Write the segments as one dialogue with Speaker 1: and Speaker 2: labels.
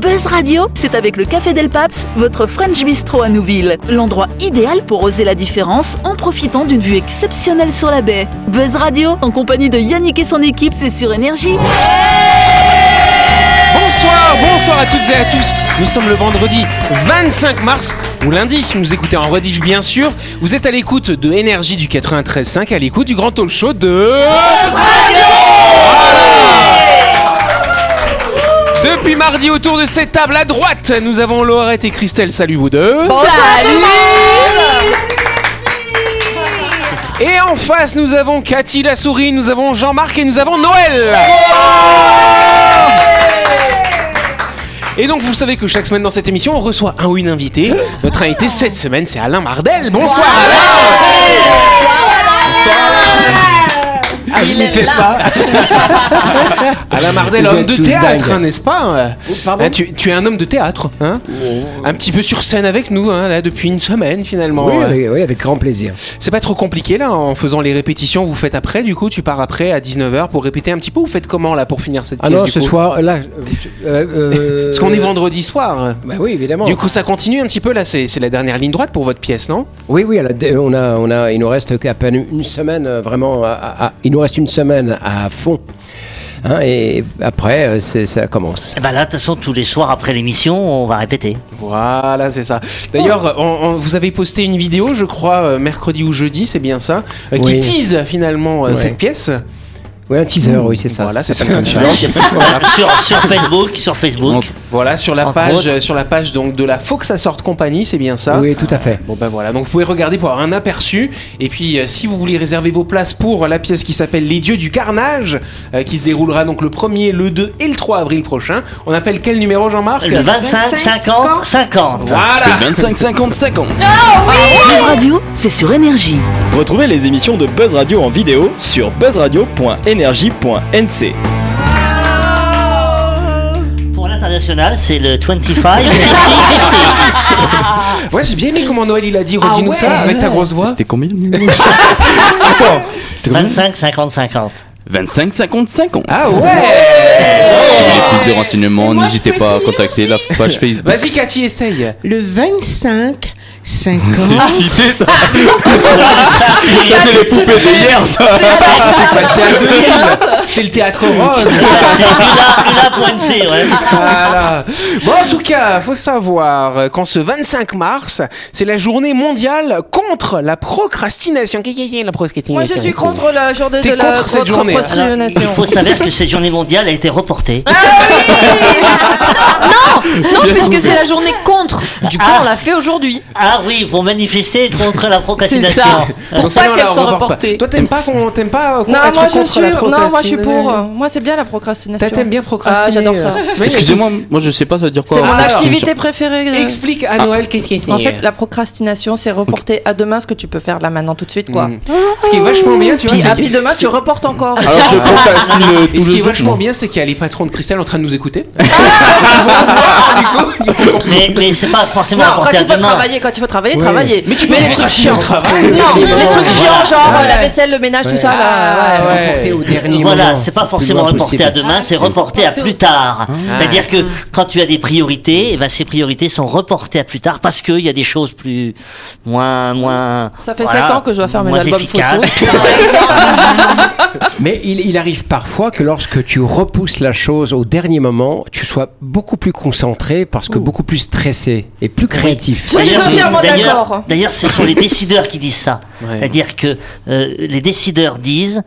Speaker 1: Buzz Radio, c'est avec le Café Del Paps, votre French Bistro à Nouville. L'endroit idéal pour oser la différence en profitant d'une vue exceptionnelle sur la baie. Buzz Radio, en compagnie de Yannick et son équipe, c'est sur Énergie.
Speaker 2: Bonsoir, bonsoir à toutes et à tous. Nous sommes le vendredi 25 mars ou lundi si nous écoutez en rediff bien sûr. Vous êtes à l'écoute de Énergie du 93.5, à l'écoute du grand talk show de... Voilà. Depuis mardi autour de cette table à droite, nous avons Laurette et Christelle, salut vous deux. Et en face, nous avons Cathy la souris, nous avons Jean-Marc et nous avons Noël. Et donc, vous savez que chaque semaine dans cette émission, on reçoit un ou une invitée. Notre invité cette semaine, c'est Alain Mardel. Bonsoir
Speaker 3: Ah,
Speaker 2: Alain Alain Mardel,
Speaker 3: Vous
Speaker 2: homme
Speaker 3: êtes
Speaker 2: de
Speaker 3: tous
Speaker 2: théâtre,
Speaker 3: dingues. Ah,
Speaker 2: hein, n'est-ce pas
Speaker 3: pardon
Speaker 2: Hein, tu, tu es un homme de théâtre, hein Un petit peu sur scène avec nous, hein, là, depuis une semaine, finalement.
Speaker 3: Oui,
Speaker 2: Ouais.
Speaker 3: oui, oui, avec grand plaisir.
Speaker 2: C'est pas trop compliqué là en faisant les répétitions vous faites après du coup tu pars après à 19h pour répéter un petit peu ou faites comment là pour finir cette
Speaker 3: Ah
Speaker 2: pièce
Speaker 3: non,
Speaker 2: du
Speaker 3: ce
Speaker 2: coup
Speaker 3: soir, là. euh, euh,
Speaker 2: Parce qu'on est vendredi soir.
Speaker 3: Bah oui, évidemment.
Speaker 2: Du coup ça continue un petit peu là c'est c'est la dernière ligne droite pour votre pièce non
Speaker 3: Oui, oui, à la dé- on a, on a, il nous reste qu'à peine une semaine, euh, vraiment, à- à- à- il nous reste une semaine à fond. Hein, et après, euh, c'est- ça commence.
Speaker 4: Eh ben là, de toute façon, tous les soirs après l'émission, on va répéter.
Speaker 2: Voilà c'est ça. D'ailleurs
Speaker 3: Oh.
Speaker 2: on- on- vous avez posté une vidéo je crois euh, mercredi ou jeudi c'est bien ça euh, qui
Speaker 3: Oui.
Speaker 2: tease finalement euh,
Speaker 3: Ouais.
Speaker 2: cette pièce.
Speaker 3: Oui, un teaser, oui, c'est ça.
Speaker 2: Voilà, ça
Speaker 3: c'est
Speaker 2: s'appelle
Speaker 3: ça.
Speaker 2: comme
Speaker 4: sur, sur Facebook, sur Facebook.
Speaker 2: Voilà sur la
Speaker 4: Entre
Speaker 2: page
Speaker 4: autres.
Speaker 2: euh, sur la page donc de la Faut que ça sorte compagnie c'est bien ça.
Speaker 3: Oui, tout à fait.
Speaker 2: Bon ben voilà, donc vous pouvez regarder pour avoir un aperçu. Et puis euh, si vous voulez réserver vos places pour la pièce qui s'appelle Les Dieux du Carnage, euh, qui se déroulera donc le 1er, le 2 et le 3 avril prochain, on appelle quel numéro Jean-Marc
Speaker 4: Le 25, 50, 50.
Speaker 2: Voilà
Speaker 5: 25 50 50.
Speaker 1: Buzz Radio, c'est sur Énergie.
Speaker 5: Retrouvez les émissions de Buzz Radio en vidéo sur buzzradio.energie.nc.
Speaker 4: Pour l'international, c'est le 25.
Speaker 2: Ouais j'ai bien aimé comment Noël il a dit, redis-nous ça avec ta grosse voix.
Speaker 6: C'était combien
Speaker 2: Attends.
Speaker 4: 25, 50, 50.
Speaker 6: 25 50 50.
Speaker 2: Ah ouais
Speaker 6: Si vous voulez
Speaker 7: Euh,
Speaker 6: plus de renseignements, n'hésitez pas à contacter la page Facebook.
Speaker 2: Vas-y Cathy, essaye
Speaker 7: Le Ah, 25, 50.
Speaker 6: C'est une cité, ça. Ça, Ah. c'est les poupées de hier, ça.
Speaker 2: Ça, c'est pas le théâtre de Lille, C'est le théâtre rose
Speaker 4: Ça, C'est Lula.c, ouais.
Speaker 8: Ah,
Speaker 2: Voilà. Bon, en tout cas, faut savoir qu'en ce 25 mars, c'est la journée mondiale contre la procrastination. Qui- qui- qui- la procrastination
Speaker 8: Moi, je suis contre la journée
Speaker 2: T'es
Speaker 8: de la
Speaker 2: contre cette journée, hein.
Speaker 4: Il
Speaker 8: procrastination.
Speaker 4: faut savoir que cette journée mondiale a été reportée.
Speaker 8: Ah Non, puisque c'est la journée contre. Du coup, on l'a fait aujourd'hui.
Speaker 4: Ah oui, pour manifester contre la procrastination.
Speaker 8: ça.
Speaker 2: Donc,
Speaker 8: Pas
Speaker 2: celle-là, on la
Speaker 8: qu'elle soit
Speaker 2: reporte pas.
Speaker 8: reportée.
Speaker 2: Toi, t'aimes pas qu'on t'aimes pas euh, qu'on-
Speaker 8: Non,
Speaker 2: être
Speaker 8: moi, je
Speaker 2: contre
Speaker 8: suis...
Speaker 2: la
Speaker 8: non, moi, je suis pour.
Speaker 2: procrastination
Speaker 8: Moi, c'est bien la procrastination.
Speaker 2: Toi, t'aimes bien procrastiner.
Speaker 8: Ah, j'adore ça.
Speaker 2: euh. C'est vrai,
Speaker 6: Excusez-moi, moi je sais pas ça veut dire quoi.
Speaker 8: C'est mon
Speaker 2: Ah, alors.
Speaker 8: activité préférée. euh.
Speaker 2: Explique à Noël qu'est-ce qui euh,
Speaker 8: En fait, la procrastination, c'est reporter à demain ce que tu peux faire là maintenant tout de suite, quoi.
Speaker 2: Mm. Ce qui est vachement bien, tu vois.
Speaker 8: Puis,
Speaker 2: c'est Ah,
Speaker 8: ah,
Speaker 2: que-
Speaker 8: puis demain, tu reportes encore.
Speaker 6: Alors je contacte le
Speaker 2: Et ce
Speaker 6: tout
Speaker 2: qui est
Speaker 6: le
Speaker 2: vachement bien, c'est qu'il y a les patrons de Christelle en train de nous écouter. Ils vont voir, du coup.
Speaker 4: Mais, mais c'est pas forcément
Speaker 8: Non, quand
Speaker 4: reporté à
Speaker 8: il faut
Speaker 4: demain.
Speaker 8: travailler, quand il faut travailler, travailler.
Speaker 2: Mais tu peux les trucs chiants. travail.
Speaker 8: Non, les trucs chiants, genre
Speaker 2: Ouais.
Speaker 8: la vaisselle, le ménage, tout ça, là.
Speaker 2: Ah,
Speaker 8: ouais.
Speaker 2: ouais.
Speaker 3: Porté au dernier
Speaker 4: Voilà,
Speaker 3: moment,
Speaker 4: c'est pas
Speaker 3: le plus
Speaker 4: forcément
Speaker 3: loin
Speaker 4: reporté à
Speaker 3: possible.
Speaker 4: demain,
Speaker 8: Ah,
Speaker 4: c'est reporté à plus tard. C'est-à-dire que quand tu as des priorités, eh ben, ces priorités sont reportées à plus tard parce qu'il y a des choses plus, moins, moins.
Speaker 8: Ça fait sept ans que je dois faire mes
Speaker 4: moins
Speaker 8: albums
Speaker 4: efficaces.
Speaker 3: Mais il, il arrive parfois que lorsque tu repousses la chose au dernier moment, tu sois beaucoup plus concentré parce que beaucoup plus stressé et plus créatif.
Speaker 8: Je suis
Speaker 4: D'ailleurs,
Speaker 8: entièrement
Speaker 4: d'ailleurs-
Speaker 8: d'accord.
Speaker 4: D'ailleurs, ce sont les décideurs qui disent ça. C'est-à-dire que euh, les décideurs disent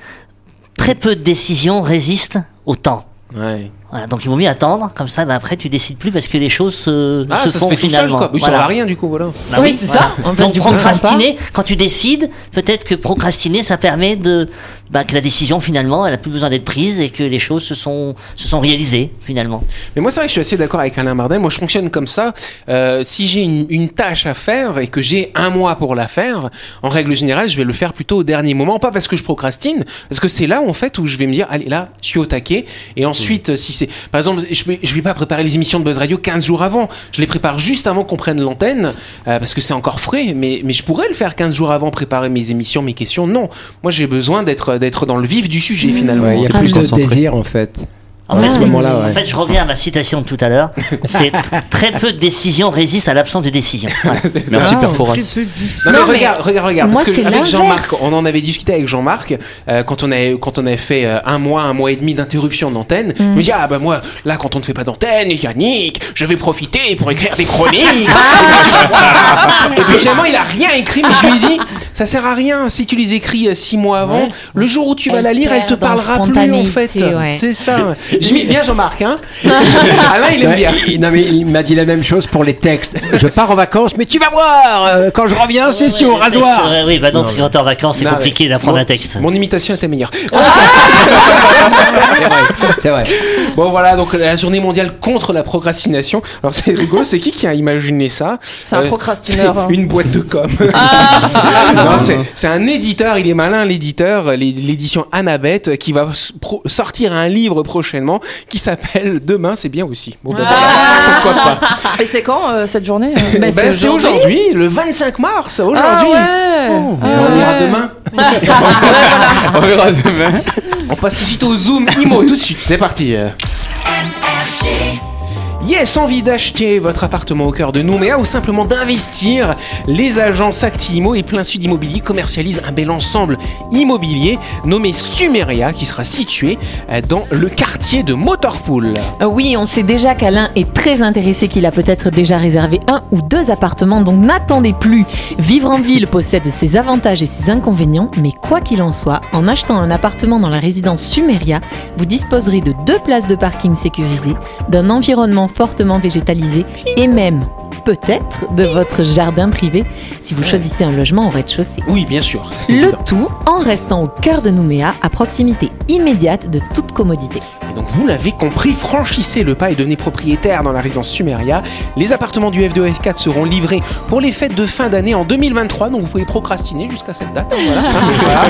Speaker 4: très peu de décisions résistent au temps.
Speaker 2: Ouais.
Speaker 4: Voilà, donc il vaut mieux attendre, comme ça, ben, après tu décides plus parce que les choses se,
Speaker 2: Ah,
Speaker 4: se
Speaker 2: ça se
Speaker 4: font
Speaker 2: fait tout seul,
Speaker 4: finalement.
Speaker 2: quoi. Oui, Ça
Speaker 4: Voilà.
Speaker 2: va rien, hein, du coup, voilà.
Speaker 4: Bah oui, c'est ça. Donc procrastiner, quand tu décides, peut-être que procrastiner, ça permet de bah, que la décision finalement, elle a plus besoin d'être prise et que les choses se sont se sont réalisées finalement.
Speaker 2: Mais moi, c'est vrai que je suis assez d'accord avec Alain Bardel. Moi, je fonctionne comme ça. Euh, si j'ai une, une tâche à faire et que j'ai un mois pour la faire, en règle générale, je vais le faire plutôt au dernier moment. Pas parce que je procrastine, parce que c'est là, en fait, où je vais me dire, allez, là, je suis au taquet. Et ensuite, euh, si c'est. Par exemple, je vais, je vais pas préparer les émissions de Buzz Radio 15 jours avant. Je les prépare juste avant qu'on prenne l'antenne, euh, parce que c'est encore frais. Mais, mais je pourrais le faire 15 jours avant, préparer mes émissions, mes questions. Non. Moi, j'ai besoin d'être d'être dans le vif du sujet, finalement.
Speaker 3: Mmh. Ouais, il y a
Speaker 6: Plus
Speaker 3: plus de
Speaker 6: concentré.
Speaker 3: désir en fait.
Speaker 4: En,
Speaker 3: Ouais,
Speaker 4: fait,
Speaker 3: à ce
Speaker 4: c'est-
Speaker 3: moment-là, ouais.
Speaker 4: Ah en fait, je reviens à ma citation de tout à l'heure. C'est très peu de décisions résistent à l'absence de décision. Voilà.
Speaker 6: Merci,
Speaker 7: Ah,
Speaker 6: Perforas.
Speaker 7: plus de dix-
Speaker 2: Non, mais
Speaker 9: Non, mais
Speaker 2: regarde, regarde, regarde,
Speaker 9: moi,
Speaker 2: parce que
Speaker 9: c'est
Speaker 2: avec Jean-Marc,
Speaker 9: l'inverse.
Speaker 2: on en avait discuté avec Jean-Marc euh, quand on avait quand on avait fait euh, un mois, un mois et demi d'interruption
Speaker 9: Mm.
Speaker 2: d'antenne. Il me dit ah bah moi là quand on ne fait pas d'antenne, Yannick, je vais profiter pour écrire des chroniques. et, puis,
Speaker 9: Ah.
Speaker 2: voilà. Et puis, finalement il a rien écrit, mais je lui ai dit ça sert à rien si tu les écris euh, six mois avant. Le jour où tu vas
Speaker 9: Elle
Speaker 2: la lire, elle
Speaker 9: perd
Speaker 2: te
Speaker 9: en
Speaker 2: parlera plus en fait.
Speaker 9: spontanéité, ouais.
Speaker 2: C'est ça. Je mets bien Jean-Marc hein. Alain il aime
Speaker 3: Ouais,
Speaker 2: bien.
Speaker 3: il- non, mais il m'a dit la même chose pour les textes. Je pars en vacances, mais tu vas voir euh, Quand je reviens, c'est sur au
Speaker 4: Ouais, c'est
Speaker 3: rasoir
Speaker 4: vrai, Oui, bah non, parce que quand t'es en vacances, c'est
Speaker 2: Non, mais-
Speaker 4: compliqué d'apprendre
Speaker 2: Mon-
Speaker 4: un texte.
Speaker 2: Mon imitation était meilleure.
Speaker 3: C'est vrai, c'est vrai.
Speaker 2: Bon voilà, donc la journée mondiale contre la procrastination. Alors c'est rigolo, c'est qui qui a imaginé ça
Speaker 8: C'est un
Speaker 2: Euh,
Speaker 8: procrastineur,
Speaker 2: c'est
Speaker 8: hein. Ah.
Speaker 2: Une boîte de com. Non, c'est- c'est un éditeur, il est malin l'éditeur, euh, l'é- l'édition Annabeth, qui va s- pro- sortir un livre prochainement qui s'appelle Demain c'est bien aussi.
Speaker 8: Ah,
Speaker 2: Bon, bah, voilà, pourquoi pas
Speaker 8: Et c'est quand euh, cette journée
Speaker 2: Eh ben, C'est aujourd'hui, le 25 mars,
Speaker 8: Ah
Speaker 2: aujourd'hui. Oh.
Speaker 8: ouais
Speaker 3: On ira demain.
Speaker 6: On verra demain.
Speaker 2: On passe tout de suite au Zoom Imo, tout de suite. C'est parti. euh. Yes, envie d'acheter votre appartement au cœur de Nouméa ou simplement d'investir. Les agences Acti Imo et Plein Sud Immobilier commercialisent un bel ensemble immobilier nommé Sumeria qui sera situé euh, dans le quartier de Motorpool.
Speaker 9: Euh, Oui, on sait déjà qu'Alain est très intéressé, qu'il a peut-être déjà réservé un ou deux appartements, donc n'attendez plus. Vivre en ville possède ses avantages et ses inconvénients, mais quoi qu'il en soit, en achetant un appartement dans la résidence Sumeria, vous disposerez de deux places de parking sécurisées, d'un environnement fortement végétalisé et même peut-être de votre jardin privé si vous choisissez un logement au rez-de-chaussée.
Speaker 2: Oui, bien sûr.
Speaker 9: Le tout en restant au cœur de Nouméa, à proximité immédiate de toute commodité.
Speaker 2: Et donc vous l'avez compris, franchissez le pas et devenez propriétaire dans la résidence Sumeria. Les appartements du F2F4 seront livrés pour les fêtes de fin d'année en 2023, donc vous pouvez procrastiner jusqu'à cette date. hein, voilà. Voilà.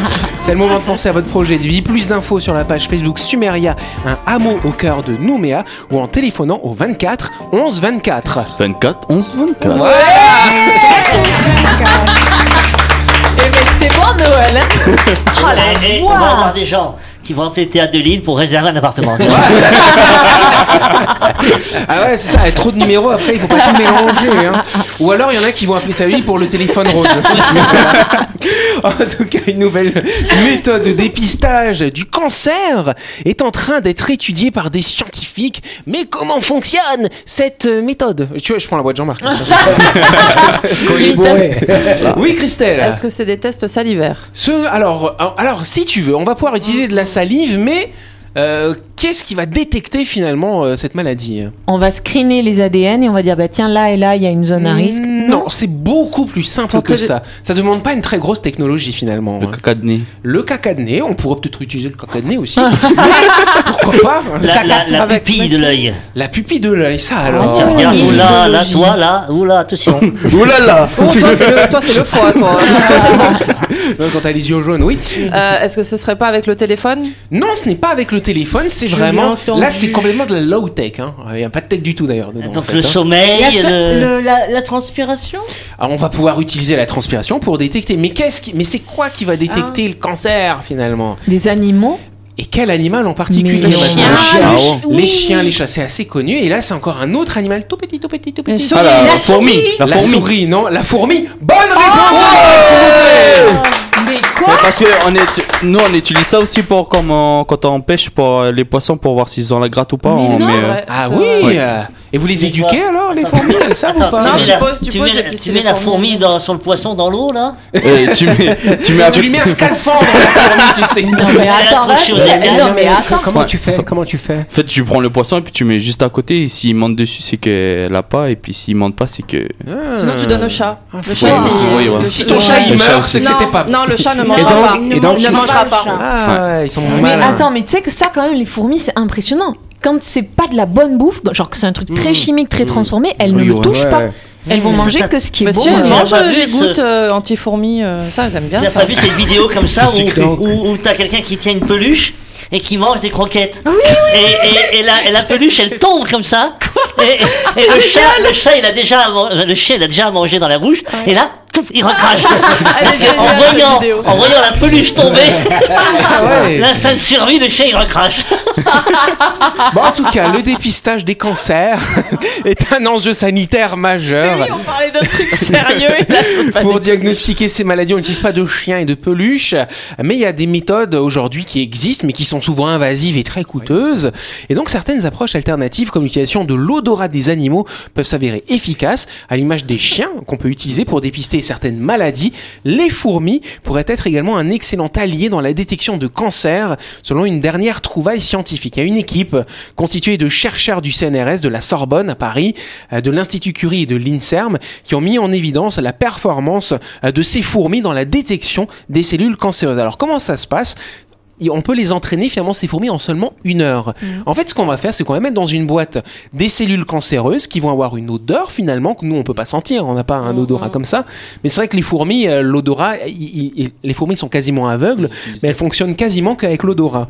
Speaker 2: C'est le moment de penser à votre projet de vie. Plus d'infos sur la page Facebook Sumeria, un hameau au cœur de Nouméa, ou en téléphonant au 24 11 24.
Speaker 6: 24, 11, 24.
Speaker 8: Eh,
Speaker 9: c'est bon Noël
Speaker 8: hein.
Speaker 2: Oh,
Speaker 4: Et- et Ah, on va avoir des gens qui vont appeler le théâtre de Lille pour réserver un appartement.
Speaker 2: Ah ouais, c'est ça, avec trop de numéros, après il faut pas tout mélanger. hein. Ou alors il y en a qui vont appeler ta vie pour le téléphone rose. en tout cas, une nouvelle méthode de dépistage du cancer est en train d'être étudiée par des scientifiques. Mais comment fonctionne cette euh, méthode Tu vois, je prends la boîte de Jean-Marc.
Speaker 3: Ouais.
Speaker 2: oui, Christelle.
Speaker 8: Est-ce que c'est des tests salivaires
Speaker 2: Ce- alors, euh, alors, si tu veux, on va pouvoir utiliser de la salive, mais euh, qu'est-ce qui va détecter finalement euh, cette maladie
Speaker 9: On va screener les ADN et on va dire bah tiens là et là il y a une zone à risque.
Speaker 2: Mm. Non, c'est beaucoup plus simple que
Speaker 8: Tenter de-
Speaker 2: ça. Ça demande pas une très grosse technologie finalement.
Speaker 6: Le
Speaker 2: hein.
Speaker 6: caca de nez.
Speaker 2: Le caca de nez, on pourrait peut-être utiliser le caca de nez aussi. Mais pourquoi pas hein.
Speaker 4: La, la, la
Speaker 8: Avec-
Speaker 4: pupille de l'œil.
Speaker 2: La pupille de l'œil, ça alors.
Speaker 4: Tiens, regarde,
Speaker 9: Oh,
Speaker 4: oula, là,
Speaker 9: l'idéologie.
Speaker 4: toi, là, oula, attention.
Speaker 6: Ouh là là
Speaker 8: Oh, Toi, c'est le, toi, c'est le foie, toi. Toi, c'est le ventre.
Speaker 2: Non, Quand t'as les yeux jaunes, oui.
Speaker 8: Euh, Est-ce que ce serait pas avec le téléphone
Speaker 2: Non, ce n'est pas avec le téléphone, c'est
Speaker 7: Je
Speaker 2: vraiment.
Speaker 7: l'ai entendu.
Speaker 2: Là, c'est complètement de la low tech. hein. Il n'y a pas de tech du tout d'ailleurs dedans. en
Speaker 4: Donc
Speaker 2: fait,
Speaker 4: le
Speaker 2: hein.
Speaker 4: sommeil,
Speaker 7: La, sa-
Speaker 4: le-
Speaker 7: le- la- la transpiration
Speaker 2: Alors, on va pouvoir utiliser la transpiration pour détecter. Mais qu'est-ce qui... Mais c'est quoi qui va détecter le cancer finalement
Speaker 9: Des animaux.
Speaker 2: Et quel animal en particulier
Speaker 9: Mais le chien,
Speaker 2: Les chiens,
Speaker 6: le
Speaker 2: les
Speaker 6: chi-
Speaker 2: chi- les chiens, les chats, c'est assez connu. Et là, c'est encore un autre animal tout petit, tout petit, tout petit.
Speaker 8: Une souris
Speaker 6: Ah, la, la fourmi La
Speaker 2: La
Speaker 6: fourmi
Speaker 2: souris, non La fourmi Bonne réponse
Speaker 6: Ouais, Parce que on est, nous on utilise ça aussi pour comme on- quand on pêche pour euh, les poissons pour voir s'ils ont la gratte ou pas. on
Speaker 8: Non,
Speaker 6: met,
Speaker 8: c'est
Speaker 6: euh,
Speaker 8: vrai,
Speaker 2: Ah
Speaker 8: c'est
Speaker 2: oui
Speaker 8: vrai.
Speaker 2: euh, Et vous les
Speaker 4: Mais
Speaker 2: éduquez
Speaker 4: quoi
Speaker 2: alors, les fourmis Elles savent ou
Speaker 4: Attends,
Speaker 2: pas
Speaker 8: Non,
Speaker 4: mets
Speaker 8: tu
Speaker 4: la-
Speaker 8: poses- tu poses
Speaker 4: mets,
Speaker 8: et puis
Speaker 4: tu
Speaker 8: c'est
Speaker 4: mets
Speaker 8: les
Speaker 4: la
Speaker 8: fourmis.
Speaker 4: fourmi dans, sur le poisson dans l'eau, là.
Speaker 6: et euh, tu mets, tu mets un
Speaker 2: Tu
Speaker 6: peu-
Speaker 2: lui mets un scaphandre, la fourmi, tu sais.
Speaker 9: Non mais attends,
Speaker 4: Elle a accroché aux ADN.
Speaker 9: non mais attends.
Speaker 3: Comment
Speaker 6: Ouais,
Speaker 3: tu fais Comment tu fais
Speaker 6: En fait, tu prends le poisson et puis tu mets juste à côté. Et s'il monte dessus, c'est qu'elle a pas. Et puis s'il monte pas, c'est que.
Speaker 8: Sinon, tu donnes au chat. Le
Speaker 6: Ouais,
Speaker 8: chat, si-
Speaker 6: oui, ouais.
Speaker 8: le-
Speaker 2: Si
Speaker 8: le
Speaker 2: ton chat il
Speaker 6: Le chat
Speaker 2: meurt,
Speaker 6: aussi.
Speaker 2: c'est que c'était pas.
Speaker 8: Non, le chat ne
Speaker 3: Et
Speaker 8: mangera
Speaker 3: donc-
Speaker 8: pas.
Speaker 3: et donc-
Speaker 8: il ne mangera pas.
Speaker 2: Ah, ils sont
Speaker 9: Mais
Speaker 2: malins.
Speaker 9: attends, mais tu sais que ça quand même les fourmis c'est impressionnant. Quand c'est pas de la bonne bouffe, bah, genre que c'est un truc
Speaker 2: Mm.
Speaker 9: très chimique, très transformé, elles ne
Speaker 6: Oui,
Speaker 9: le
Speaker 6: ouais.
Speaker 9: touchent pas.
Speaker 3: Ouais.
Speaker 9: Elles vont
Speaker 4: Mmh.
Speaker 9: manger que ce qui est bon.
Speaker 8: Monsieur, elle
Speaker 4: j'ai
Speaker 9: euh,
Speaker 2: hein.
Speaker 8: mange
Speaker 4: pas vu
Speaker 8: des
Speaker 4: ce-
Speaker 8: gouttes euh, anti-fourmis. euh, ça, j'aime bien
Speaker 4: T'as
Speaker 8: ça.
Speaker 4: pas vu cette vidéo comme ça
Speaker 3: C'est sucré.
Speaker 4: où, où, où t'as quelqu'un qui tient une peluche et qui mange des croquettes. et, et, et la, et la peluche, elle tombe comme ça. Et, et- et le, chat, le chat, il a déjà, à man- le chien, il a déjà à manger dans la bouche. Et là, pouf, il recrache. Parce
Speaker 8: Ah, géniale,
Speaker 4: que en
Speaker 8: cette
Speaker 4: voyant,
Speaker 8: vidéo.
Speaker 2: Oh,
Speaker 4: en voyant la peluche tomber,
Speaker 2: Ah, ouais.
Speaker 4: l'instinct de survie, le chien il recrache.
Speaker 2: Bon, en tout cas, le dépistage des cancers est un enjeu sanitaire majeur.
Speaker 8: on parlait d'un truc sérieux et là, tu
Speaker 2: Pour diagnostiquer ces maladies, on n'utilise pas de chiens et de peluches, mais il y a des méthodes aujourd'hui qui existent, mais qui sont souvent invasives et très coûteuses. Et donc certaines approches alternatives, comme l'utilisation de l'odorat des animaux, peuvent s'avérer efficaces, à l'image des chiens qu'on peut utiliser pour dépister certaines maladies. Les fourmis pourraient être également un excellent allié dans la détection de cancers, selon une dernière trouvaille scientifique. Il y a une équipe constituée de chercheurs du CNRS, de la Sorbonne à Paris, euh, de l'Institut Curie et de l'INSERM, qui ont mis en évidence la performance euh, de ces fourmis dans la détection des cellules cancéreuses. Alors comment ça se passe Et on peut les entraîner finalement ces fourmis en seulement une heure. En fait, ce qu'on va faire, c'est qu'on va mettre dans une boîte des cellules cancéreuses qui vont avoir une odeur finalement que nous on peut pas sentir. On n'a pas un odorat comme ça. Mais c'est vrai que les fourmis, euh, l'odorat, i- i- i- les fourmis sont quasiment aveugles, mais elles fonctionnent quasiment qu'avec l'odorat.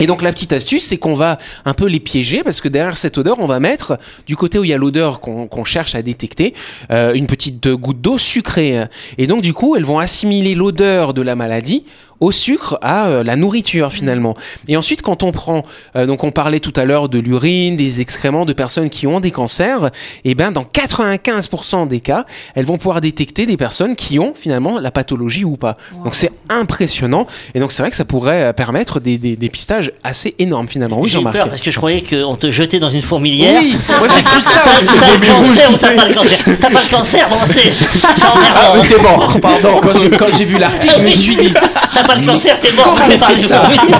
Speaker 2: Et donc la petite astuce, c'est qu'on va un peu les piéger parce que derrière cette odeur, on va mettre du côté où il y a l'odeur qu'on qu'on cherche à détecter euh, une petite euh, goutte d'eau sucrée. Et donc du coup, elles vont assimiler l'odeur de la maladie au sucre à euh, la nourriture finalement. Et ensuite, quand on prend, euh, donc on parlait tout à l'heure de l'urine, des excréments de personnes qui ont des cancers, et ben dans 95% des cas, elles vont pouvoir détecter des personnes qui ont finalement la pathologie ou pas. Donc c'est impressionnant. Et donc c'est vrai que ça pourrait euh, permettre des, des, des pistages assez énormes finalement. Oui,
Speaker 4: J'ai eu
Speaker 2: Jean-Marc.
Speaker 4: peur parce que je croyais qu'on te jetait dans une fourmilière.
Speaker 2: Oui, moi j'ai cru ça
Speaker 4: T'as
Speaker 2: aussi.
Speaker 4: t'as le cancer ou t'as pas le cancer T'as pas le cancer, bon c'est... ça emmerde.
Speaker 6: t'es mort, pardon.
Speaker 2: Quand j'ai- Quand j'ai vu l'article, je me suis dit.
Speaker 4: T'as pas le cancer, t'es mort,
Speaker 2: Comment
Speaker 4: t'es
Speaker 2: on
Speaker 4: pas
Speaker 2: fait ça
Speaker 4: du tout.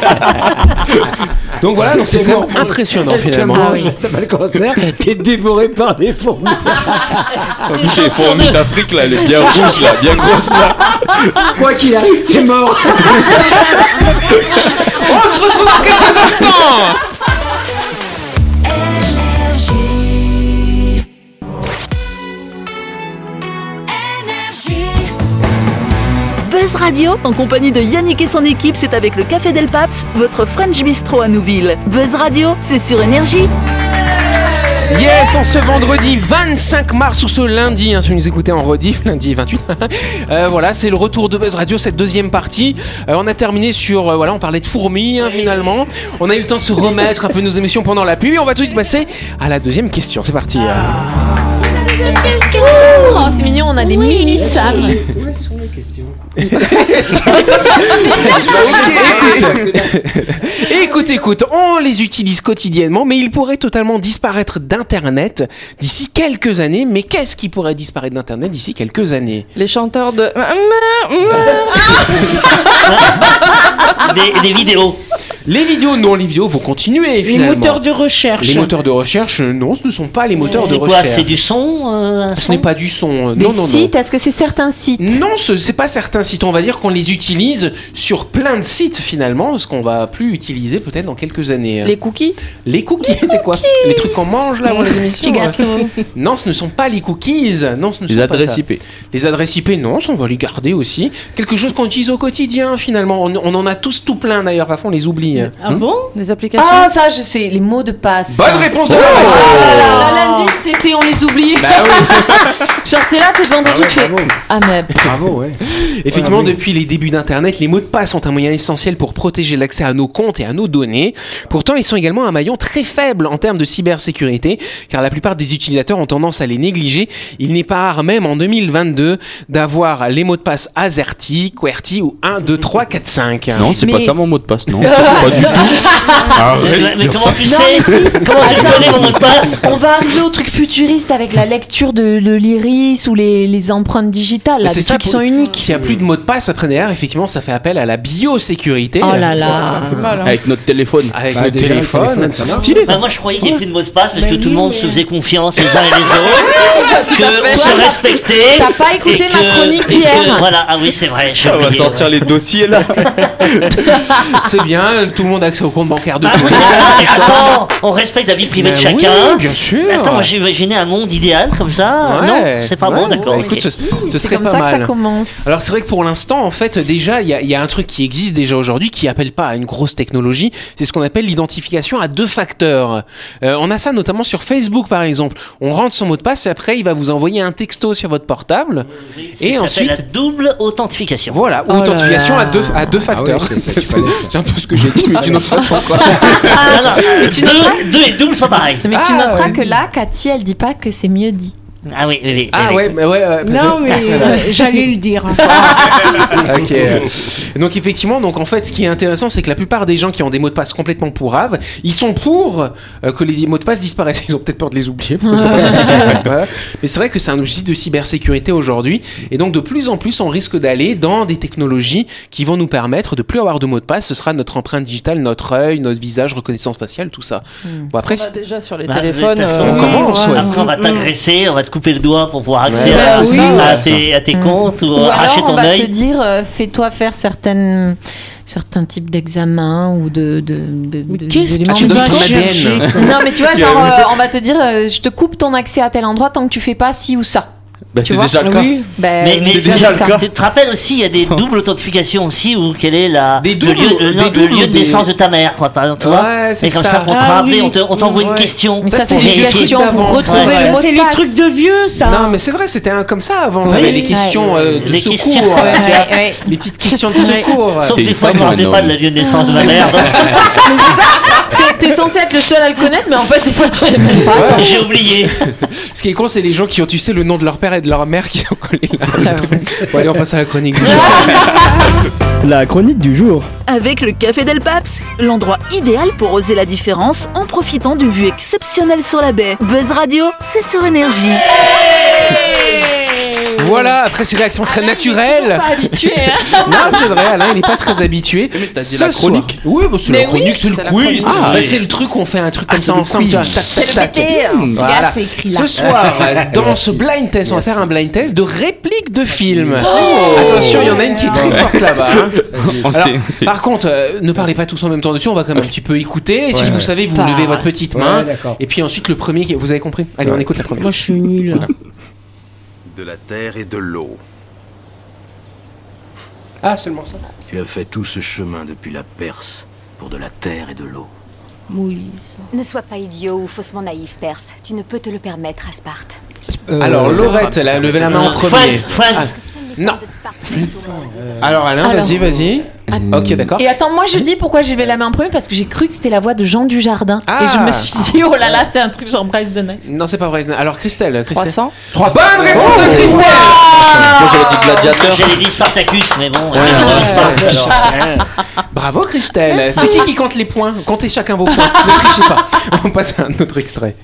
Speaker 2: Donc voilà, donc c'est vraiment impressionnant finalement.
Speaker 3: Ah T'as pas le cancer, t'es dévoré par des fourmis.
Speaker 5: En plus, les fourmis d'Afrique, là, elle est bien rouge, là, bien grosse, là.
Speaker 2: Ah.
Speaker 3: Quoi qu'il arrive, t'es mort.
Speaker 2: On se retrouve dans quelques instants.
Speaker 1: Buzz Radio, en compagnie de Yannick et son équipe, c'est avec le Café Del Paps, votre French Bistro à Nouville. Buzz Radio, c'est sur Énergie.
Speaker 2: Yes, en ce vendredi 25 mars ou ce lundi, hein, si vous nous écoutez en rediff, lundi 28. euh, voilà, c'est le retour de Buzz Radio, cette deuxième partie. Euh, on a terminé sur, euh, voilà, on parlait de fourmis hein, finalement. On a eu le temps de se remettre un peu nos émissions pendant la pub. Et on va tout de suite passer à la deuxième question. C'est parti. hein.
Speaker 7: Ah.
Speaker 9: Oh, c'est mignon, on a des mini Sam.
Speaker 2: Écoute, écoute, on les utilise quotidiennement, mais ils pourraient totalement disparaître d'Internet d'ici quelques années. Mais qu'est-ce qui pourrait disparaître d'Internet d'ici quelques années
Speaker 8: Les chanteurs de.
Speaker 4: Des, des vidéos.
Speaker 2: Les vidéos, non, les vidéos vont continuer
Speaker 7: Les
Speaker 2: finalement.
Speaker 7: moteurs de recherche.
Speaker 2: Les moteurs de recherche, euh, non, ce ne sont pas les moteurs de
Speaker 4: C'est quoi
Speaker 2: recherche.
Speaker 4: C'est du son, euh, un
Speaker 2: Ce
Speaker 4: son
Speaker 2: n'est pas du son. euh,
Speaker 9: Des
Speaker 2: non, non, non.
Speaker 9: sites, est-ce que c'est certains sites
Speaker 2: Non, ce n'est pas certains sites. On va dire qu'on les utilise sur plein de sites finalement, ce qu'on va plus utiliser peut-être dans quelques années.
Speaker 8: Les cookies
Speaker 2: Les cookies, c'est quoi Les trucs qu'on mange là avant les émissions hein. Non, ce ne sont pas les cookies. Non, ce ne
Speaker 6: Les
Speaker 2: sont pas ça.
Speaker 6: adresses IP.
Speaker 2: Les adresses IP, non, ça, on va les garder aussi. Quelque chose qu'on utilise au quotidien finalement. On, on en a tous tout plein d'ailleurs, parfois on les oublie. hein.
Speaker 9: Ah bon
Speaker 8: Les applications
Speaker 9: Ah, ça, je sais, les mots de passe.
Speaker 2: Bonne réponse de la
Speaker 9: Oh
Speaker 2: part.
Speaker 9: là là, là, lundi, c'était on les oublie.
Speaker 2: Bah
Speaker 9: Genre, t'es là, t'es vendredi, tu fais. Ah, mais.
Speaker 3: Bravo, ouais.
Speaker 2: Effectivement,
Speaker 3: Ah oui.
Speaker 2: depuis les débuts d'Internet, les mots de passe sont un moyen essentiel pour protéger l'accès à nos comptes et à nos données. Pourtant, ils sont également un maillon très faible en termes de cybersécurité, car la plupart des utilisateurs ont tendance à les négliger. Il n'est pas rare, même en 2022, d'avoir les mots de passe AZERTY, QWERTY ou 1, 2, 3, 4, 5.
Speaker 6: Non, c'est pas
Speaker 9: Mais-
Speaker 6: ça mon mot de passe, non. pas du tout.
Speaker 4: C'est vrai,
Speaker 6: Arrête.
Speaker 4: Mais comment tu
Speaker 9: Non,
Speaker 4: sais
Speaker 9: mais si.
Speaker 4: Comment tu
Speaker 9: Attends.
Speaker 4: connais mon mot de passe
Speaker 9: On va arriver au truc futuriste avec la lecture de, de l'iris ou les, les empreintes digitales, là,
Speaker 2: Mais c'est
Speaker 9: des
Speaker 2: ça
Speaker 9: trucs qui
Speaker 2: pour-
Speaker 9: sont uniques.
Speaker 2: S'il n'y a plus de mots de passe après derrière, effectivement, ça fait appel à la biosécurité.
Speaker 9: Oh là là.
Speaker 8: mal, hein.
Speaker 6: Avec notre téléphone.
Speaker 2: Avec
Speaker 3: Bah,
Speaker 2: le
Speaker 3: déjà, le téléphone,
Speaker 2: téléphone,
Speaker 3: ça marche.
Speaker 2: stylé.
Speaker 4: Bah, moi je croyais qu'il n'y avait plus de mot de passe parce
Speaker 7: Bah
Speaker 4: que tout
Speaker 7: oui,
Speaker 4: le monde
Speaker 7: mais-
Speaker 4: se faisait confiance les uns et les autres,
Speaker 8: fait.
Speaker 4: qu'on se
Speaker 9: Toi,
Speaker 4: respectait.
Speaker 9: t'as pas écouté
Speaker 4: et que-
Speaker 9: ma chronique
Speaker 4: et que-
Speaker 9: d'hier.
Speaker 4: Voilà, ah oui c'est vrai, j'ai
Speaker 5: On va
Speaker 4: oublié.
Speaker 5: sortir les dossiers, là.
Speaker 2: C'est bien, tout le monde a accès au compte bancaire de
Speaker 4: Ah, Attends, on respecte la vie privée
Speaker 2: Mais
Speaker 4: de
Speaker 2: Bah oui,
Speaker 4: chacun.
Speaker 2: bien sûr.
Speaker 4: Mais Attends, moi j'imaginais un monde idéal comme ça.
Speaker 2: Ouais,
Speaker 4: Ah non, c'est pas
Speaker 2: ouais,
Speaker 4: bon,
Speaker 2: ouais.
Speaker 4: d'accord.
Speaker 2: Écoute,
Speaker 4: ok.
Speaker 2: ce, ce
Speaker 9: C'est
Speaker 2: serait
Speaker 9: comme
Speaker 2: pas
Speaker 9: ça
Speaker 2: mal.
Speaker 9: que ça commence.
Speaker 2: Alors c'est vrai que pour l'instant, en fait, déjà, il y a, il y a un truc qui existe déjà aujourd'hui qui appelle pas à une grosse technologie, c'est ce qu'on appelle l'identification à deux facteurs. Euh, on a ça notamment sur Facebook, par exemple. On rentre son mot de passe et après, il va vous envoyer un texto sur votre portable.
Speaker 4: Ça
Speaker 2: Et
Speaker 4: s'appelle
Speaker 2: ensuite,
Speaker 4: la double authentification.
Speaker 2: voilà,
Speaker 7: Oh là
Speaker 2: authentification
Speaker 7: là.
Speaker 2: à deux, à
Speaker 4: Ah
Speaker 2: deux facteurs.
Speaker 3: oui, c'est- c'est- tu connais ça.
Speaker 2: c'est un peu ce que j'ai dit, mais d'une autre façon, quoi.
Speaker 4: Ah, non, deux, deux et double, c'est pas pareil.
Speaker 9: Mais tu
Speaker 2: Ah,
Speaker 9: noteras
Speaker 2: ouais.
Speaker 9: que là, Cathy, elle dit pas que c'est mieux dit.
Speaker 4: Ah oui, oui, oui.
Speaker 2: Ah
Speaker 4: oui.
Speaker 2: ouais, mais ouais. Ah, euh,
Speaker 7: Non, mais euh, j'allais le dire.
Speaker 2: Ok. donc effectivement, donc en fait, ce qui est intéressant, c'est que la plupart des gens qui ont des mots de passe complètement pourraves, ils sont pour euh, que les mots de passe disparaissent. Ils ont peut-être peur de les oublier. plutôt. Voilà. Mais c'est vrai que c'est un outil de cybersécurité aujourd'hui, et donc de plus en plus, on risque d'aller dans des technologies qui vont nous permettre de plus avoir de mots de passe. Ce sera notre empreinte digitale, notre œil, notre visage, reconnaissance faciale, tout ça. Bon, après,
Speaker 8: On a
Speaker 2: c'est-
Speaker 8: déjà sur les
Speaker 4: Bah,
Speaker 8: téléphones.
Speaker 4: de toute façon,
Speaker 8: euh,
Speaker 2: on commence, ouais. Mm.
Speaker 4: Après, on va t'agresser, on va te couper le doigt pour pouvoir accéder
Speaker 2: Ouais,
Speaker 4: à,
Speaker 2: c'est ça, ouais.
Speaker 4: à
Speaker 2: Mm.
Speaker 4: tes, à tes comptes ou,
Speaker 9: Ou
Speaker 4: arracher
Speaker 9: alors, on
Speaker 4: ton
Speaker 9: va
Speaker 4: œil.
Speaker 9: te dire, euh, fais-toi faire certaines, certains types d'examens ou de. de, de- de-
Speaker 7: Qu'est-ce
Speaker 9: d'éléments
Speaker 7: que tu
Speaker 2: donnes
Speaker 7: vas
Speaker 2: ton ADN.
Speaker 7: chercher quoi
Speaker 9: Non, mais tu vois, genre, euh, on va te dire, euh, je te coupe ton accès à tel endroit tant que tu fais pas ci ou ça.
Speaker 6: Bah,
Speaker 9: Tu
Speaker 6: c'est
Speaker 9: vois
Speaker 6: déjà le cas.
Speaker 7: Oui.
Speaker 9: Ben,
Speaker 4: Mais, mais
Speaker 9: tu
Speaker 4: tu,
Speaker 9: vois,
Speaker 6: déjà
Speaker 9: c'est
Speaker 6: le
Speaker 9: ça.
Speaker 6: cas.
Speaker 4: tu te rappelles aussi, il y a des doubles authentifications aussi, où quel est la,
Speaker 2: Des
Speaker 4: le
Speaker 2: doubles-
Speaker 4: lieu, le-
Speaker 2: des
Speaker 4: non, le
Speaker 2: doubles
Speaker 4: lieu de
Speaker 2: des-
Speaker 4: naissance de ta mère, quoi, par exemple, tu
Speaker 2: Ouais,
Speaker 4: vois.
Speaker 2: c'est
Speaker 4: Et comme
Speaker 2: ça.
Speaker 4: ça, pour te
Speaker 7: Ah
Speaker 4: rappeler,
Speaker 7: oui.
Speaker 4: on te- on t'envoie
Speaker 2: Ouais.
Speaker 4: une question.
Speaker 9: Mais ça,
Speaker 2: c'était
Speaker 9: c'est
Speaker 2: les
Speaker 9: des
Speaker 2: trucs
Speaker 9: questions pour
Speaker 2: d'avant.
Speaker 9: retrouver
Speaker 4: Ouais,
Speaker 9: le
Speaker 7: Ça,
Speaker 9: mot
Speaker 7: c'est
Speaker 9: de
Speaker 7: les
Speaker 9: passe.
Speaker 7: trucs de vieux, ça.
Speaker 2: Non, mais c'est vrai, c'était un comme ça avant. T'avais
Speaker 7: Oui.
Speaker 2: les questions euh, de
Speaker 4: Les
Speaker 2: secours,
Speaker 4: questions.
Speaker 2: euh,
Speaker 4: Ouais,
Speaker 2: tu vois.
Speaker 7: Ouais, ouais.
Speaker 2: les petites questions de secours.
Speaker 4: Sauf
Speaker 5: T'es
Speaker 4: que des
Speaker 5: une
Speaker 4: fois, je me
Speaker 5: femme ou un
Speaker 4: rappelais pas
Speaker 5: homme
Speaker 4: de la lieu de naissance de ma mère. donc
Speaker 9: Mais c'est ça C'est- T'es censé être le seul à le connaître, mais en fait, des fois, tu sais même pas.
Speaker 4: J'ai oublié.
Speaker 2: Ce qui est con, c'est les gens qui ont, tu sais, le nom de leur père et de leur mère qui ont collé là. Bon, allez, on passe à la chronique. du jour.
Speaker 10: La chronique du jour.
Speaker 1: Avec le Café Del Paps, l'endroit idéal pour oser la différence en profitant d'une vue exceptionnelle sur la baie. Buzz Radio, c'est sur énergie.
Speaker 2: voilà, après ces réactions très naturelles.
Speaker 9: pas habitué, hein.
Speaker 2: Non, c'est vrai, Alain, il n'est pas très habitué. Mais
Speaker 6: t'as dit la chronique.
Speaker 2: Oui, bah, c'est la
Speaker 9: Mais oui,
Speaker 2: chronique, c'est le
Speaker 8: c'est la
Speaker 2: quiz.
Speaker 8: chronique.
Speaker 2: Ah,
Speaker 6: Ah,
Speaker 2: bah,
Speaker 6: oui.
Speaker 2: c'est le truc, on fait un truc comme
Speaker 6: c'est
Speaker 2: ça
Speaker 6: le
Speaker 2: ensemble.
Speaker 6: quiz.
Speaker 2: tu vois, tac, tac, tac. Voilà.
Speaker 9: Regarde, c'est écrit là.
Speaker 2: Ce soir, dans
Speaker 3: Merci.
Speaker 2: ce blind test, on va
Speaker 3: Merci.
Speaker 2: faire un blind test de répliques de films. Attention, il y en a une qui est très forte là-bas. hein.
Speaker 6: On
Speaker 2: Alors,
Speaker 6: sait, on sait.
Speaker 2: Par contre, euh, ne parlez pas tous en même temps dessus, on va quand même un petit peu écouter. Et si
Speaker 3: Ouais,
Speaker 2: vous
Speaker 3: ouais.
Speaker 2: savez, vous
Speaker 9: Pas-
Speaker 2: levez votre petite
Speaker 3: Ouais,
Speaker 2: main.
Speaker 3: d'accord.
Speaker 2: et puis ensuite, le premier, qui- vous avez compris Allez, on
Speaker 3: Ouais.
Speaker 2: écoute la première.
Speaker 7: Moi, je suis nulle.
Speaker 11: De la terre et de l'eau.
Speaker 3: Ah, seulement ça.
Speaker 11: Tu as fait tout ce chemin depuis la Perse pour de la terre et de l'eau.
Speaker 7: Moïse.
Speaker 12: Ne sois pas idiot ou faussement naïf, Perse. Tu ne peux te le permettre à Sparte.
Speaker 3: Euh,
Speaker 2: Alors,
Speaker 3: c'est-
Speaker 2: Laurette, elle a levé la main en premier.
Speaker 4: Friends, Friends.
Speaker 12: Que seules les
Speaker 2: Non.
Speaker 12: femmes de Sparte sont autour de l'horizon.
Speaker 2: Alors, Alain,
Speaker 9: Alors.
Speaker 2: vas-y, vas-y. Ok, d'accord.
Speaker 9: Et attends, moi je dis pourquoi j'ai levé la main en premier parce que j'ai cru que c'était la voix de Jean Dujardin.
Speaker 2: Ah.
Speaker 9: Et je me suis dit, oh là là, c'est un truc genre Bryce Denay.
Speaker 2: Non, c'est pas vrai. Alors, Christelle, Christelle.
Speaker 8: 300
Speaker 2: Trois bonnes réponses de Christelle
Speaker 6: Moi j'avais dit gladiateur.
Speaker 4: J'allais dire Spartacus, mais bon. c'est
Speaker 2: ouais,
Speaker 4: pas
Speaker 2: ouais,
Speaker 4: Spartacus.
Speaker 2: Bravo, Christelle. C'est qui qui compte les points Comptez chacun vos points. ne trichez pas. On passe à un autre extrait.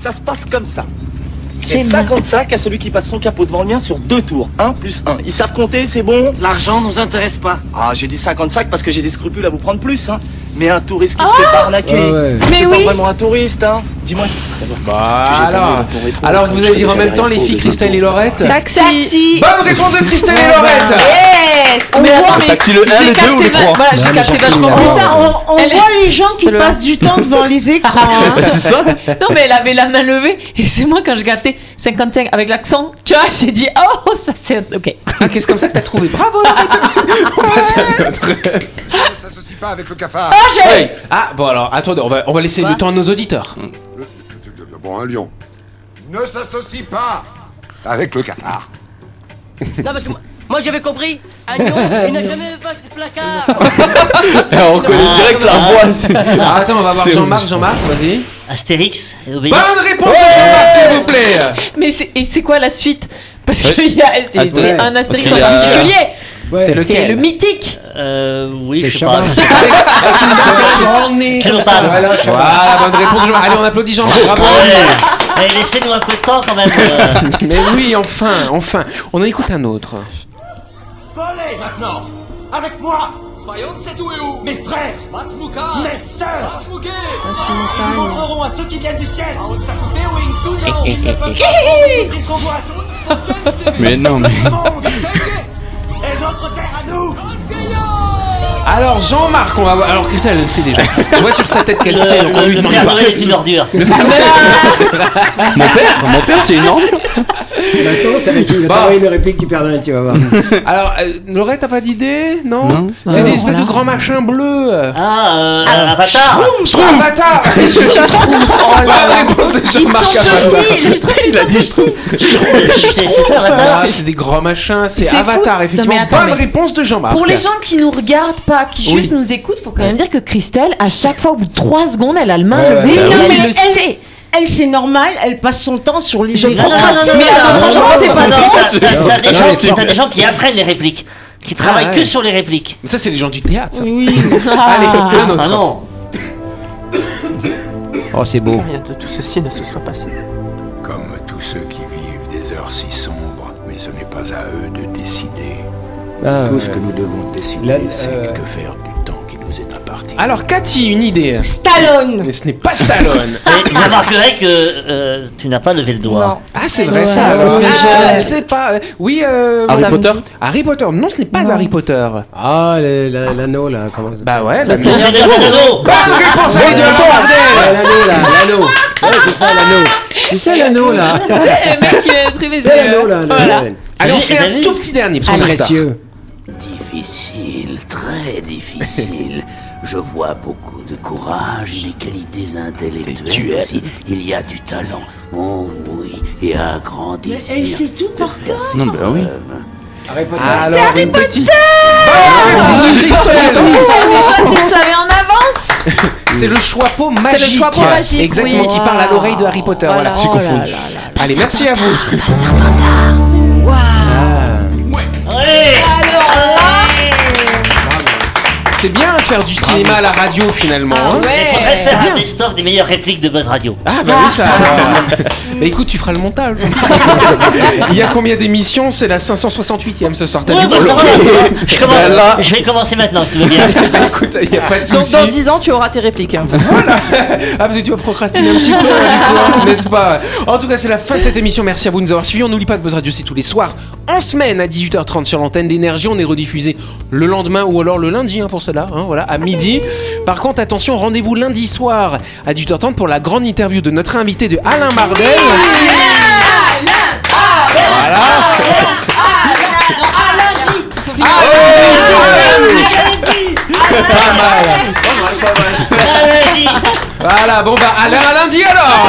Speaker 11: Ça se passe comme ça.
Speaker 9: J'aime.
Speaker 11: 55 à celui qui passe son capot devant le mien sur deux tours. 1 plus 1. Ils savent compter, c'est bon
Speaker 4: L'argent nous intéresse pas.
Speaker 11: Ah, j'ai dit 55 parce que j'ai des scrupules à vous prendre plus, hein. Mais un touriste qui se fait pas arnaquer.
Speaker 3: Ah ouais.
Speaker 11: C'est
Speaker 9: Mais
Speaker 11: pas
Speaker 9: oui.
Speaker 11: vraiment un touriste, hein. Dis-moi.
Speaker 2: Bah, alors, alors vous allez dire en même temps, les filles, Christelle et Laurette.
Speaker 8: Taxi.
Speaker 9: Taxi
Speaker 2: Bonne réponse de Christelle et Laurette
Speaker 9: Yes On
Speaker 8: Mais
Speaker 9: voit,
Speaker 8: attends,
Speaker 9: mais
Speaker 6: taxi le un,
Speaker 9: j'ai
Speaker 6: le deux ou le
Speaker 9: capté
Speaker 6: trois
Speaker 9: va- Voilà, j'ai
Speaker 3: Non,
Speaker 9: capté
Speaker 3: mais j'en
Speaker 9: vachement.
Speaker 3: prie,
Speaker 9: Putain,
Speaker 7: On, on
Speaker 9: Elle-
Speaker 7: voit les gens qui
Speaker 8: C'est le-
Speaker 7: passent du temps devant les écrans. hein.
Speaker 6: Bah, c'est ça
Speaker 9: on- Non, mais elle avait la main levée et c'est moi quand je captais 55 avec l'accent, tu vois, j'ai dit, oh, ça c'est. Ok.
Speaker 2: Ah, qu'est-ce comme ça que t'as trouvé Bravo Laurette. On passe à un autre.
Speaker 11: Ne s'associe pas avec le cafard.
Speaker 9: Ah, j'ai
Speaker 2: Hey. Ah, bon alors, attendez, on va, on va laisser le temps à nos auditeurs.
Speaker 11: Bon, un lion. Ne s'associe pas avec le cafard.
Speaker 4: Non, parce que moi, moi, j'avais compris. Un lion, il n'a jamais pas de placard.
Speaker 6: Et on
Speaker 4: Ah.
Speaker 6: reconnaît direct la voix. c'est-
Speaker 2: Ah, attends, on va voir
Speaker 6: C'est
Speaker 2: Jean-Marc, Jean-Marc, vas-y.
Speaker 4: ah, Astérix et Obélix.
Speaker 2: Bonne réponse Jean-Marc, s'il vous plaît
Speaker 9: Mais c'est- et c'est quoi la suite Parce
Speaker 6: Ouais.
Speaker 9: que il y a-
Speaker 3: Ah,
Speaker 9: c'est-
Speaker 6: Astérix.
Speaker 9: c'est un Astérix en
Speaker 6: qu'il y a-
Speaker 9: particulier
Speaker 3: Ouais.
Speaker 2: C'est
Speaker 9: C'est
Speaker 2: lequel
Speaker 9: le mythique
Speaker 4: Euh, oui,
Speaker 3: Les
Speaker 4: je sais pas.
Speaker 3: Chabards.
Speaker 2: Journée comme ça.
Speaker 4: Cléopâtre.
Speaker 2: Voilà, voilà, bonne réponse Jean-Marc. Allez, on applaudit Jean-Marc, bravo
Speaker 4: Ouais. Mais laissez-nous un peu de temps quand même. euh.
Speaker 2: Mais oui, enfin, enfin On en écoute un autre.
Speaker 11: Volez maintenant Avec moi Soyons de où et où Mes frères Mes sœurs Ils montreront à ceux qui viennent du ciel Le peuple qu'ils convoitent.
Speaker 6: Mais non, mais.
Speaker 11: Mon visage Et notre terre à nous
Speaker 2: Alors Jean-Marc, on va voir. Alors Christelle, elle sait déjà. Je vois sur sa tête qu'elle
Speaker 4: Le-
Speaker 2: sait, donc on
Speaker 4: le-
Speaker 2: lui
Speaker 4: le
Speaker 2: demande
Speaker 4: Père
Speaker 2: pas.
Speaker 4: Noël est une ordure.
Speaker 2: Le Père Noël-
Speaker 6: Mon père, mon père, c'est énorme.
Speaker 3: Maintenant, ça va être une-
Speaker 2: Bah.
Speaker 3: t'auras une réplique du Père Noël, tu vas voir.
Speaker 2: Alors, euh, Laurette, t'as pas d'idée Non,
Speaker 3: Non.
Speaker 2: C'est
Speaker 3: Alors,
Speaker 2: des espèces
Speaker 3: voilà.
Speaker 2: de grands machins bleus. Ah,
Speaker 4: Ah, euh, Avatar.
Speaker 2: Avatar
Speaker 11: Oh là là. Ils sont gentils,
Speaker 2: gentils
Speaker 11: le truc, ils
Speaker 2: Il a dit je trouve
Speaker 11: Avatar.
Speaker 2: Ah, C'est des grands machins, c'est
Speaker 9: C'est fou. Non,
Speaker 2: Avatar,
Speaker 9: mais
Speaker 2: effectivement.
Speaker 9: attends,
Speaker 2: Bonne
Speaker 9: mais-
Speaker 2: réponse de Jean-Marc.
Speaker 9: Pour les gens qui nous regardent pas, qui
Speaker 2: Oui.
Speaker 9: juste nous écoutent, faut quand même dire que Christelle, à chaque fois, au bout de 3 secondes, elle a le
Speaker 3: Ah,
Speaker 9: main
Speaker 2: Ouais, ouais,
Speaker 9: levée.
Speaker 2: ouais.
Speaker 9: et
Speaker 7: Non, mais
Speaker 9: elle le
Speaker 7: elle-
Speaker 9: sait.
Speaker 7: Elle, c'est normal, elle passe son temps sur les
Speaker 9: Je
Speaker 7: écrans.
Speaker 9: procrastine. Mais attends, franchement, t'es pas dans-
Speaker 4: T'as-
Speaker 2: Non,
Speaker 4: T'as des
Speaker 2: non,
Speaker 4: gens
Speaker 2: mais
Speaker 4: qui-
Speaker 2: c'est- Ah,
Speaker 4: t'as des gens qui apprennent les répliques, qui travaillent
Speaker 2: ouais.
Speaker 4: que sur les répliques.
Speaker 2: Mais ça, c'est les gens du théâtre. ça.
Speaker 7: Oui.
Speaker 2: Allez,
Speaker 4: Ah,
Speaker 2: un autre.
Speaker 4: ah non.
Speaker 3: Oh, c'est beau.
Speaker 13: Rien de tout ceci ne se soit passé.
Speaker 14: Comme tous ceux qui vivent des heures si sombres, mais ce n'est pas à eux de décider.
Speaker 3: Ah,
Speaker 14: Tout ce
Speaker 3: ouais.
Speaker 14: que nous devons
Speaker 3: Là,
Speaker 14: décider, c'est
Speaker 3: euh,
Speaker 14: que faire du temps qui nous est imparti.
Speaker 2: Alors, Cathy, une idée.
Speaker 7: Stallone
Speaker 2: Mais ce n'est pas Stallone.
Speaker 4: Et vous remarquerez que euh, tu n'as pas levé le doigt.
Speaker 2: Ah, c'est vrai
Speaker 4: Ouais,
Speaker 2: ça.
Speaker 4: c'est
Speaker 2: alors.
Speaker 4: vrai.
Speaker 2: Ah, je sais pas. Oui, euh,
Speaker 6: Harry Samedi. Potter
Speaker 2: Harry Potter. Non, ce n'est pas Harry Potter.
Speaker 3: Ah, le- la- l'anneau, là. Comment...
Speaker 2: Bah euh, ouais,
Speaker 3: Bah,
Speaker 2: là,
Speaker 3: c'est
Speaker 2: non.
Speaker 3: Jean des
Speaker 4: Anneaux.
Speaker 2: Bonne réponse, Harry Potter.
Speaker 3: Ouais, L'anneau, là. L'anneau. Ouais, c'est ça, l'anneau. C'est ça, l'anneau, là.
Speaker 9: le mec qui a trouvé
Speaker 3: C'est l'anneau, là. le-
Speaker 2: Allez, on fait un tout petit dernier. parce qu'on est en retard.
Speaker 3: Précieux.
Speaker 13: Difficile, très difficile. Je vois beaucoup de courage, des qualités intellectuelles aussi. Il y a du talent. Oh oui, et un grand
Speaker 7: Mais
Speaker 13: désir.
Speaker 7: elle sait tout par cœur.
Speaker 13: Non, bah oui.
Speaker 2: Alors,
Speaker 13: C'est Harry
Speaker 2: une petite-
Speaker 9: tu le savais en avance
Speaker 2: C'est le choixpeau magique.
Speaker 9: C'est le choixpeau magique,
Speaker 2: Exactement,
Speaker 9: oui.
Speaker 2: qui parle à l'oreille de Harry Potter. Voilà,
Speaker 9: Voilà.
Speaker 2: j'ai
Speaker 9: Oh là
Speaker 2: confondu.
Speaker 9: là
Speaker 2: Allez, merci à vous.
Speaker 9: Alors
Speaker 2: C'est bien de faire du cinéma à la radio finalement.
Speaker 8: Ah
Speaker 2: hein.
Speaker 4: Mais je pourrais faire un best-of des meilleures répliques de Buzz Radio.
Speaker 2: Ah bah oui ça.
Speaker 4: Ah.
Speaker 2: bah écoute, tu feras le montage. Il y a combien d'émissions C'est la 568e ce soir. T'as
Speaker 4: Ouais,
Speaker 2: vu
Speaker 4: bah, ça va, ça va. je, commence-
Speaker 2: Bah là.
Speaker 4: je vais commencer maintenant, si tu veux bien.
Speaker 2: Bah, Écoute, il n'y a pas de
Speaker 8: Donc
Speaker 2: souci.
Speaker 8: dans 10 ans, tu auras tes répliques.
Speaker 2: Ah, parce que tu vas procrastiner un petit peu, du coup, hein, n'est-ce pas En tout cas, c'est la fin de cette émission. Merci à vous de nous avoir suivis. On n'oublie pas que Buzz Radio, c'est tous les soirs, en semaine, à 18h30 sur l'antenne d'énergie. On est rediffusé le lendemain ou alors le lundi hein, pour cela, hein, voilà, à midi. Par contre, attention, rendez-vous lundi soir à 18h30 pour la grande interview de notre invité de Alain Bardel. Pas mal. Voilà, bon bah, Alain, à lundi alors